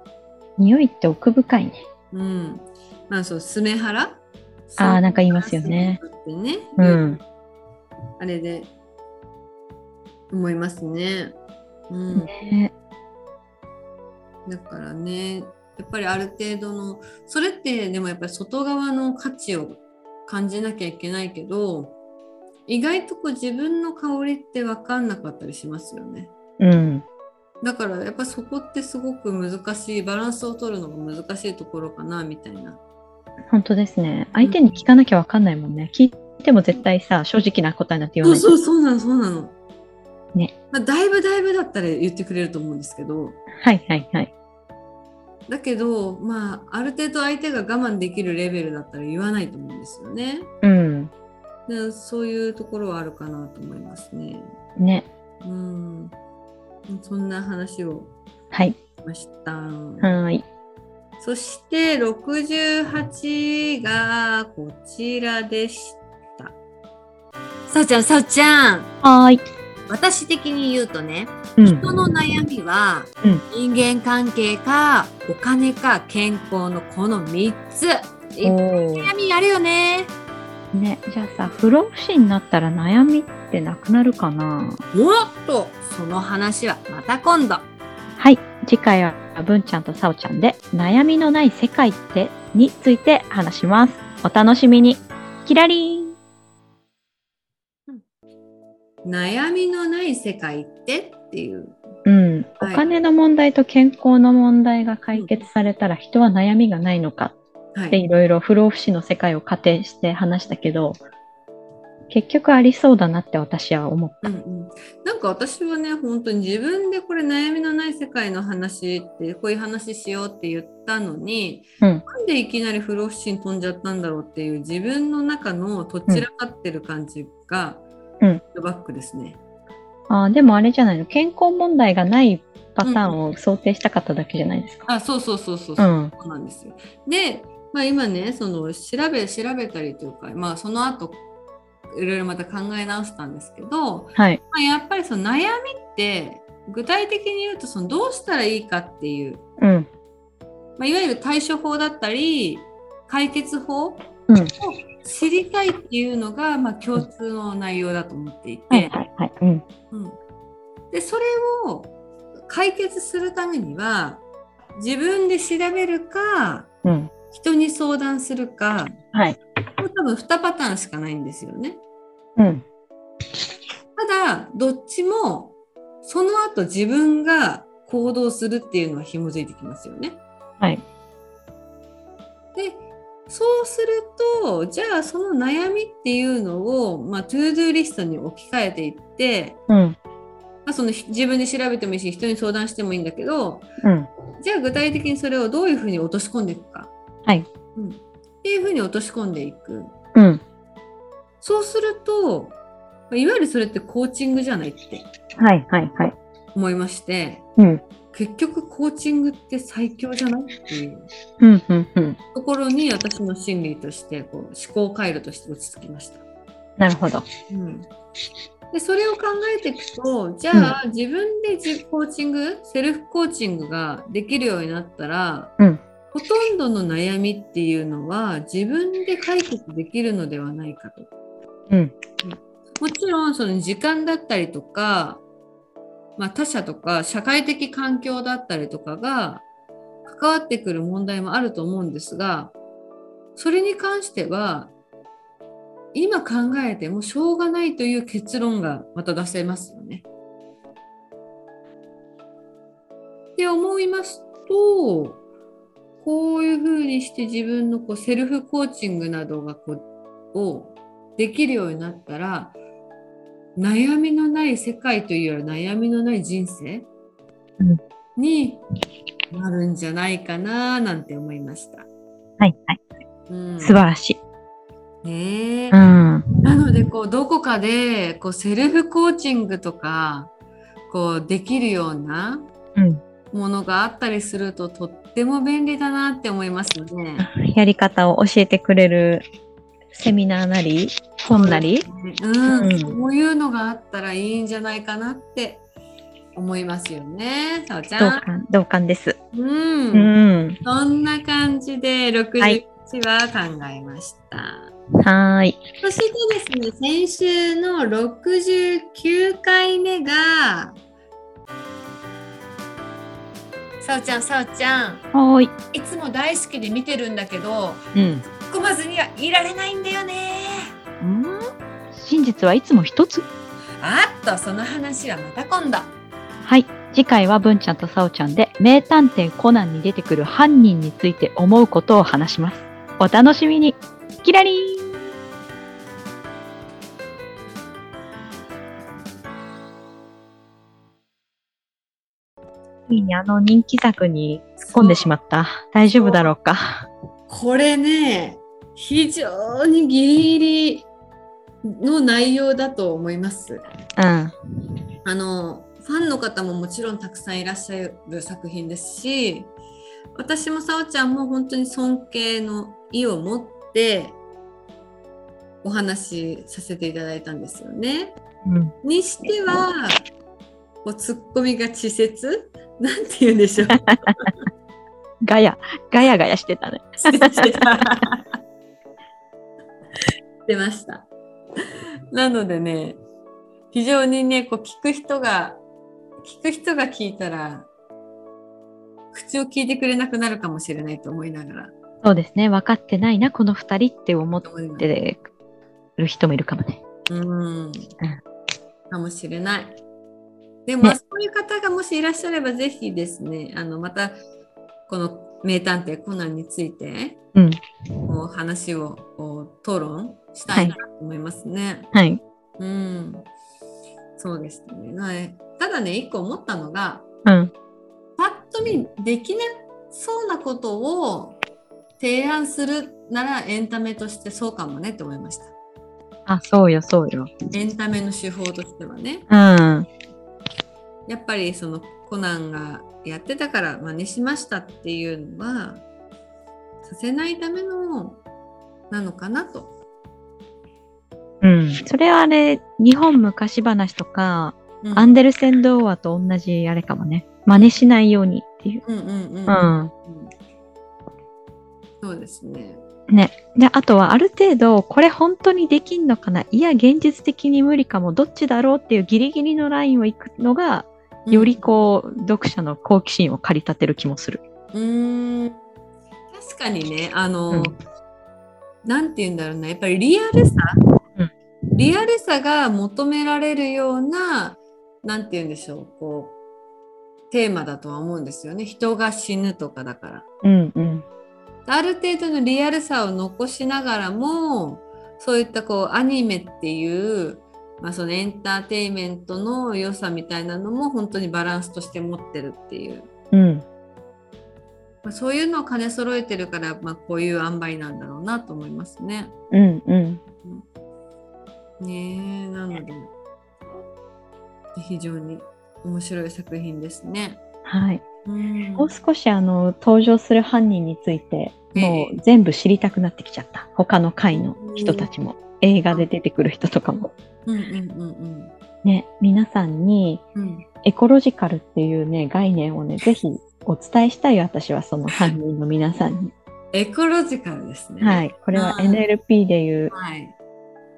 S2: 匂いって奥深いね。
S3: うん、まあそうスメハラ
S2: あーなんか言いますよね。
S3: スメハラって
S2: う
S3: ね、
S2: ん。
S3: あれで思いますね。うん
S2: ね
S3: だからねやっぱりある程度のそれってでもやっぱり外側の価値を感じなきゃいけないけど意外とこう自分の香りって分かんなかったりしますよね
S2: えうん。
S3: だからやっぱそこってすごく難しいバランスを取るのが難しいところかなみたいな
S2: 本当ですね。相手に聞かなきゃわかんないもんね。聞いても絶対さ、正直な答えなんて言わ
S3: そう
S2: ない。
S3: そうそうなのそうなの
S2: ね、
S3: まあ、だいぶだいぶだったら言ってくれると思うんですけど
S2: はいはいはい。
S3: だけどまあある程度相手が我慢できるレベルだったら言わないと思うんですよね
S2: うん。
S3: でそういうところはあるかなと思いますね。
S2: ね。
S3: うん。そんな話を
S2: はい。
S3: しました。
S2: はーい。
S3: そして68がこちらでし
S6: さおちゃん、さおちゃん。
S2: はーい。
S6: 私的に言うとね、
S2: うん。
S6: 人の悩みは、人間関係か、お金か、健康のこの3つ。いっぱい
S2: おー
S6: 悩みあるよね。
S2: ね。じゃあさ、不老不死になったら悩みってなくなるかな
S6: おっと、その話はまた今度。
S2: はい。次回は文ちゃんとさおちゃんで悩みのない世界ってについて話します。お楽しみに。キラリーン
S3: た。悩みのない世界ってっていう。
S2: うん、
S3: はい
S2: お金の問題と健康の問題が解決されたら人は悩みがないのか
S3: は
S2: で
S3: い。
S2: いろいろ不老不死の世界を仮定して話したけど結局ありそうだなって私は思っ
S3: うんうん、なんか私はね本当に自分でこれ悩みのない世界の話ってこういう話しようって言ったのに、
S2: うん
S3: なんでいきなり不老不死に飛んじゃったんだろうっていう自分の中のとっちらかってる感じが、
S2: うん
S3: フィードバックですね。
S2: たあーでもあれじゃないの健康問題がないパターンを想定したかっただけじゃないですか。
S3: あそうそうそうそう
S2: う
S3: そう、
S2: ん
S3: そうなんですよ。で、まあ、今ねその調べ調べたりというか、まあ、その後いろいろまた考え直したんですけど、
S2: はい
S3: まあ、やっぱりその悩みって具体的に言うとそのどうしたらいいかっていう、
S2: うん
S3: まあ、いわゆる対処法だったり解決法を
S2: うん
S3: 知りたいっていうのが、まあ、共通の内容だと思っていて、
S2: はいはいはいうん
S3: うん、でそれを解決するためには自分で調べるか
S2: うん
S3: 人に相談するか、
S2: はい
S3: これ多分2パターンしかないんですよね。
S2: うん
S3: ただどっちもその後自分が行動するっていうのは紐づいてきますよね。
S2: はい
S3: でそうするとじゃあその悩みっていうのを、まあ、トゥードゥーリストに置き換えていって、
S2: うん
S3: まあ、そのひ自分で調べてもいいし人に相談してもいいんだけど
S2: うん
S3: じゃあ具体的にそれをどういうふうに落とし込んでいくか、
S2: はい
S3: うん、っていうふうに落とし込んでいく
S2: うん
S3: そうするとまあいわゆるそれってコーチングじゃないって
S2: はいはいはい
S3: 思いまして
S2: うん
S3: 結局コーチングって最強じゃないっていう
S2: うんうんうん
S3: ところに私の心理としてこう思考回路として落ち着きました。
S2: なるほど
S3: うん、でそれを考えていくとじゃあ、自分で自コーチングセルフコーチングができるようになったら、
S2: うん
S3: ほとんどの悩みっていうのは自分で解決できるのではないかと。
S2: うん
S3: もちろんその時間だったりとか、まあ、他者とか社会的環境だったりとかが関わってくる問題もあると思うんですがそれに関しては今考えてもしょうがないという結論がまた出せますよね。って思いますとこういうふうにして自分のこうセルフコーチングなどがこうをできるようになったら悩みのない世界というより悩みのない人生
S2: うん
S3: になるんじゃないかななんて思いました。
S2: はいはい
S3: うん、
S2: 素晴らしい。
S3: ねえ
S2: うん
S3: なのでこうどこかでこうセルフコーチングとかこうできるような
S2: うん
S3: ものがあったりするととっても便利だなって思いますよね。
S2: やり方を教えてくれるセミナーなり本なり、
S3: うん、
S2: うん
S3: こういうのがあったらいいんじゃないかなって思いますよね。さおち
S2: 同
S3: ゃん。
S2: 感同感です。
S3: うん。
S2: うん、
S3: そんな感じで
S2: はい
S3: 61は考えました。
S2: はーい。
S3: そしてですね、先週の69回目が、さおちゃん、さおちゃん、
S2: はーい。
S3: いつも大好きで見てるんだけど、
S2: うん。
S3: 突っ込まずにはいられないんだよね。
S2: 真実はいつも一つ。
S3: あっと、その話はまた今度。
S2: はい。次回は文ちゃんとさおちゃんで名探偵コナンに出てくる犯人について思うことを話します。お楽しみに。キラリン。ついにあの人気作に突っ込んでしまった。大丈夫だろうか。
S3: これね、非常にギリギリの内容だと思います。
S2: うん。
S3: あのファンの方ももちろんたくさんいらっしゃる作品ですし私もさおちゃんも本当に尊敬の意を持ってお話しさせていただいたんですよね。
S2: うん
S3: にしてはこうツッコミが稚拙 なんて言うんでしょう
S2: ガヤ、ガヤガヤしてたね。
S3: してたしてました。なのでね非常にねこう聞く人が聞く人が聞いたら口を聞いてくれなくなるかもしれないと思いながら
S2: そうですね。分かってないな、この二人って思っ
S3: 思います
S2: てる人もいるかもね。
S3: うんかもしれないでも、まあ
S2: ね
S3: そういう方がもしいらっしゃればぜひですねあのまたこの名探偵コナンについて、
S2: うん
S3: こう話をこう討論したいなと思いますね。
S2: はい。
S3: うん。そうですね。はいただね、一個思ったのが、
S2: うん。
S3: パッと見できなそうなことを提案するならエンタメとしてそうかもねって思いました。
S2: あ、そうよ、そうよ。
S3: エンタメの手法としてはね。
S2: うん。
S3: やっぱりそのコナンがやってたから真似しましたっていうのはさせないためのなのかなと。
S2: うん。それはあれ、日本昔話とか、
S3: うん
S2: アンデルセン童話と同じあれかもね。真似しないようにっていう。
S3: うんうんうん。
S2: うん。
S3: うんそうですね。
S2: で、あとはある程度、これ本当にできんのかないや、現実的に無理かも、どっちだろうっていうギリギリのラインを行くのが、
S3: うん
S2: よりこう、読者の好奇心を駆り立てる気もする。
S3: うーん確かにねあの、
S2: うん
S3: なんて言うんだろうなやっぱりリアルさ、
S2: うん
S3: リアルさが求められるようななんて言うんでしょうこうテーマだとは思うんですよね人が死ぬとかだから。
S2: うんうん。
S3: ある程度のリアルさを残しながらもそういったこうアニメっていう、まあ、そのエンターテインメントの良さみたいなのも本当にバランスとして持ってるっていう
S2: うん。
S3: まあ、そういうのを兼ね揃えてるから、まあ、こういう塩梅なんだろうなと思いますね。
S2: うんうん。
S3: ねえなので非常に面白い作品ですね。
S2: はい。
S3: うん
S2: もう少しあの、登場する犯人について、も
S3: え
S2: う全部知りたくなってきちゃった。他の回の人たちも、映画で出てくる人とかも。
S3: うんうんうん
S2: ね、皆さんに、
S3: うんうん
S2: エコロジカルっていうね、概念をね、ぜひお伝えしたい私はその犯人の皆さんに。
S3: エコロジカルですね。
S2: は。い。これは
S3: うん
S2: NLP でいう、
S3: はい。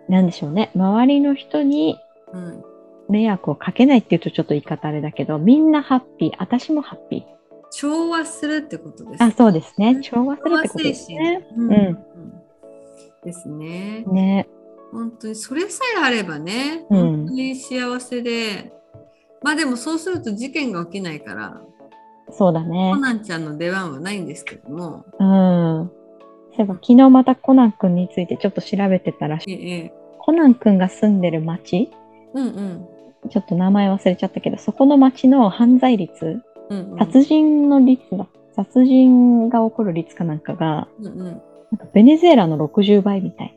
S2: なんでしょうね。周りの人に
S3: うん。
S2: 迷惑をかけないっていうとちょっと言い方あれだけど、みんなハッピー、私もハッピー。
S3: 調和するってことです。
S2: あ、そうですね。調和するってことですね。
S3: 調和精神。
S2: うん
S3: うんですね。
S2: ね。
S3: 本当にそれさえあればね、
S2: う
S3: 本
S2: ん
S3: 当に幸せで、まあでもそうすると事件が起きないから、
S2: そうだね
S3: コ。ナンちゃんの出番はないんですけども、
S2: うん。そういえば昨日またコナン君についてちょっと調べてたらしい、
S3: ええ、
S2: コナン君が住んでる町、
S3: うんうん、
S2: ちょっと名前忘れちゃったけど、そこの町の犯罪率、
S3: うんうん、
S2: 殺人の率だ。殺人が起こる率かなんかが、
S3: うんうん、
S2: なんかベネズエラの60倍み たい。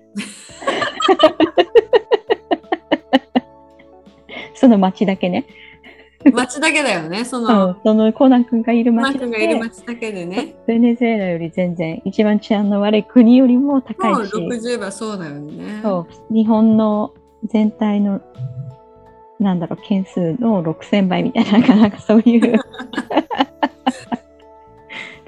S2: その町だけね。
S3: 町だけだよね、そうの、
S2: ん、そのコナン君がいる
S3: コナン
S2: 町だ
S3: 君が
S2: け
S3: いる町だけでね、
S2: ベネズエラより全然一番治安の悪い国よりも高
S3: もう
S2: いし、
S3: 60はそうだよね。
S2: そう日本の全体のなんだろう件数の6000倍みたいななんかなんかそういう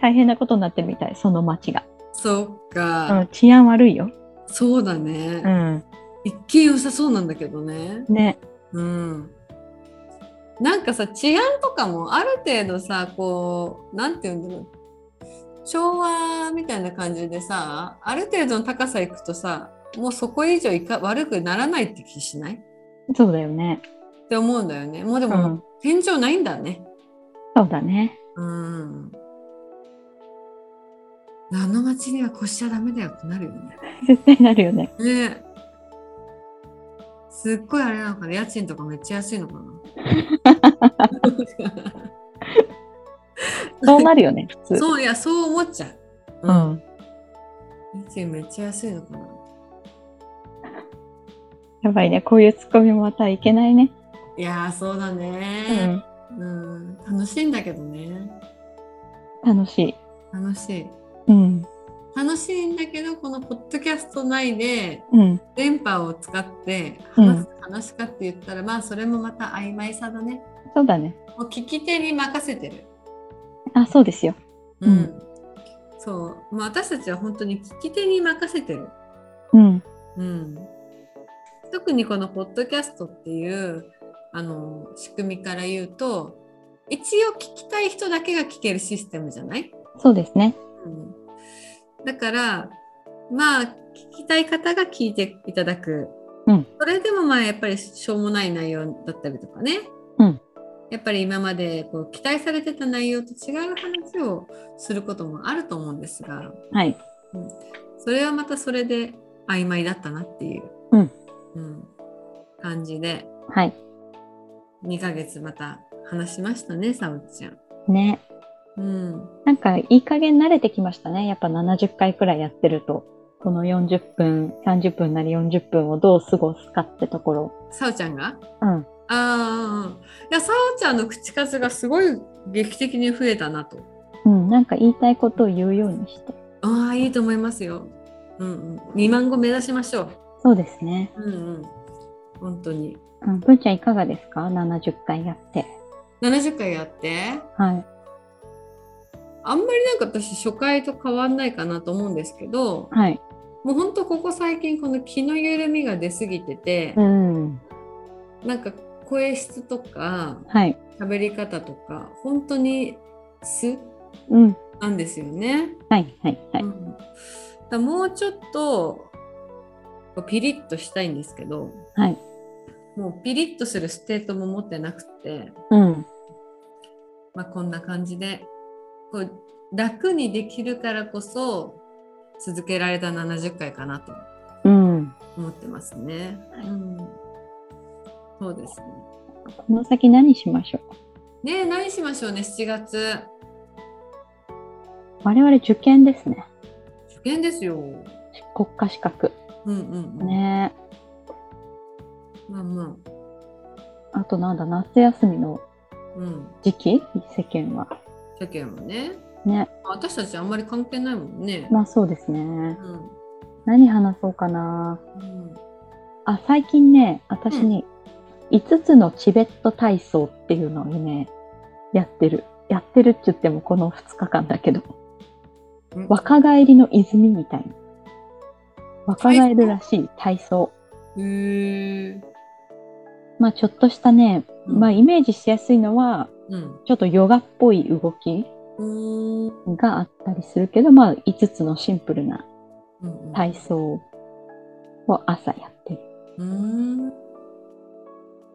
S2: 大変なことになってるみたいその町が、
S3: そっ
S2: う
S3: か、
S2: ん、治安悪いよ、
S3: そうだ
S2: う
S3: ね、
S2: ん、
S3: 一見良さそうなんだけどね。
S2: ね
S3: うんなんかさ治安とかもある程度さこうなんて言うんだろう昭和みたいな感じでさある程度の高さ行くとさもうそこ以上いか悪くならないって気しないっ
S2: そうだよね、
S3: て思うんだよねもうで
S2: う
S3: も、
S2: ん、
S3: 天井ないんだね
S2: そうだね
S3: うんあの町には越しちゃダメだよってなるよね
S2: 絶対なるよね
S3: ねすっごいあれなのかな家賃とかめっちゃ安いのかな
S2: そうなるよね普通
S3: そういやそう思っちゃう。
S2: う、ん、
S3: 家賃めっちゃ安いのかな。
S2: やばいねこういうツッコミもまたいけないね、
S3: いやーそうだね、
S2: う
S3: うん。楽しいんだけどね。
S2: ん、楽しい、
S3: 楽しい。
S2: うん
S3: 楽しいんだけどこのポッドキャスト内で
S2: うん、
S3: 電波を使って
S2: うん
S3: 話す話かって言ったら、まあそれもまた曖昧さだね。
S2: そうだね
S3: もう聞き手に任せてる。
S2: あそうですよ
S3: うん。
S2: うん
S3: そう。まあ私たちは本当に聞き手に任せてる。
S2: うん
S3: うん、特にこのポッドキャストっていうあの仕組みから言うと一応聞きたい人だけが聞けるシステムじゃない、
S2: そうですね
S3: うん、だからまあ聞きたい方が聞いていただく、
S2: うん
S3: それでもまあやっぱりしょうもない内容だったりとかね、
S2: うん
S3: やっぱり今までこう期待されてた内容と違う話をすることもあると思うんですが、
S2: はい。
S3: それはまたそれで曖昧だったなっていう、
S2: うん
S3: うん感じで
S2: はい。
S3: 2ヶ月また話しましたねさおちゃん。
S2: ね。
S3: うん、
S2: なんか、いい加減慣れてきましたね。やっぱ70回くらいやってると、この40分、30分なり40分をどう過ごすかってところ。
S3: さおちゃんが
S2: うん。
S3: ああいやさおちゃんの口数がすごい劇的に増えたなと。
S2: うん、なんか言いたいことを言うようにして。
S3: ああいいと思いますよ。うんうん、2万語目指しましょう。
S2: そうですね。
S3: うんうん、本当に
S2: うん。ぶんちゃんいかがですか ?70 回やって。
S3: 70回やって
S2: はい。
S3: あんまりなんか私初回と変わんないかなと思うんですけど
S2: はい。
S3: もうほんとここ最近この気の緩みが出すぎてて
S2: う、ん。
S3: なんか声質とか
S2: はい。
S3: 喋り方とか本当に素
S2: うん。
S3: なんですよね。
S2: はい。はい。はい。
S3: うん、だからもうちょっとこうピリッとしたいんですけど
S2: はい。
S3: もうピリッとするステートも持ってなくて、
S2: うん。
S3: まあ、こんな感じでこう楽にできるからこそ続けられた70回かなと
S2: うん。
S3: 思ってますね。うん、そうですね。
S2: この先何しましょう
S3: ねえ何しましょうね7月
S2: 我々受験ですね。
S3: 受験ですよ。
S2: 国家資格。
S3: うんうんうん。
S2: ね
S3: まあま
S2: あとなんだ、夏休みの
S3: あ、うん。
S2: 時期世間は。
S3: 世間はね。
S2: ね。
S3: 私たちあんまり関係ないもんね。
S2: まあそうですね。
S3: うん
S2: 何話そうかな。
S3: うん、
S2: あ、最近ね、私ね、5つのチベット体操っていうのをね、やってる。やってるって言ってもこの2日間だけど、
S3: うん
S2: 若返りの泉みたいな。若返るらしい体操。
S3: へえ。
S2: まあちょっとしたね、
S3: うん
S2: まあイメージしやすいのは、
S3: うん。
S2: ちょっとヨガっぽい動き
S3: おー
S2: があったりするけど、まあ5つのシンプルな
S3: うんうん
S2: 体操を朝やってる。
S3: うーん。う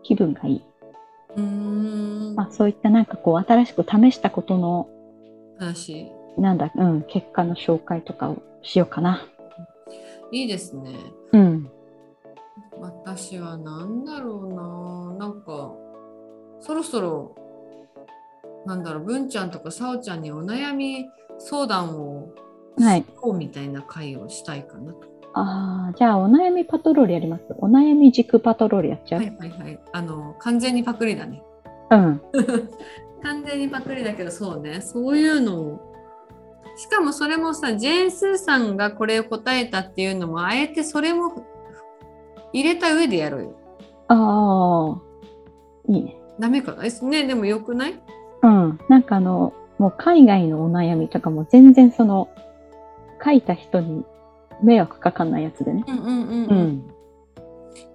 S2: 気分がいい。
S3: ーん。
S2: まあそういったなんかこう新しく試したことの
S3: 話。
S2: なんだ、うん、結果の紹介とかをしようかな。
S3: いいですね。
S2: うん。
S3: 私は何だろうな。なんか、そろそろ、なんだろう、文ちゃんとかさおちゃんにお悩み相談を
S2: はい
S3: しようみたいな会をしたいかなと。
S2: ああ、じゃあお悩みパトロールやります。お悩み軸パトロールやっちゃう。
S3: はいはいはい。あの、完全にパクリだね。
S2: うん。
S3: 完全にパクリだけど、そうね。そういうのを。しかもそれもさ、ジェーン・スーさんがこれを答えたっていうのも、あえてそれも入れた上でやろうよ。
S2: ああ、いいね。
S3: ダメかなえね、でもよくない
S2: うん。なんかあの、もう海外のお悩みとかも全然その、書いた人に迷惑かかんないやつでね。
S3: うんうんうん、
S2: う
S3: うん、
S2: ん。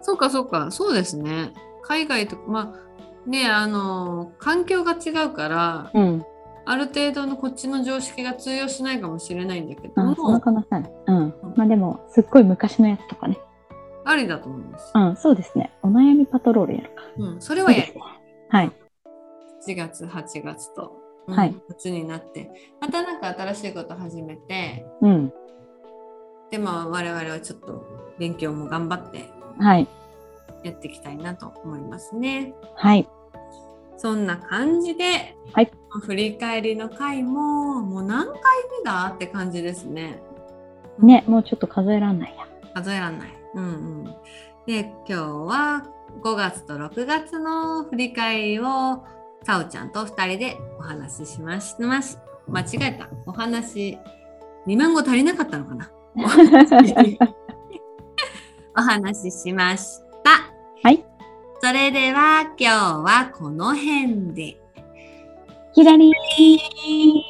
S3: そうかそうかそうですね海外とかまあねあの環境が違うから
S2: うん。
S3: ある程度のこっちの常識が通用しないかもしれないんだけど
S2: ああ、その
S3: も
S2: 可能性ある。うん。まあでも、すっごい昔のやつとかね。
S3: ありだと思います
S2: う、ん、そうですね。お悩みパトロールやるか。
S3: うん、それ
S2: そ
S3: は
S2: う
S3: や
S2: ですね。はい。
S3: 7月8月と、うん
S2: はい
S3: 夏になってまたなんか新しいこと始めて
S2: うん。
S3: でまあ我々はちょっと勉強も頑張って
S2: はい。
S3: やっていきたいなと思いますね
S2: はい。
S3: そんな感じで、
S2: はい
S3: 振り返りの回ももう何回目だって感じですね。
S2: ね、もうちょっと数えらんないや。
S3: 数えらんない。うんうん、で今日は5月と6月の振り返りをさおちゃんと2人でお話ししましまし間違えたお話2万語足りなかったのかなお話ししました。
S2: はい。
S3: それでは今日はこの辺で。
S2: キラリー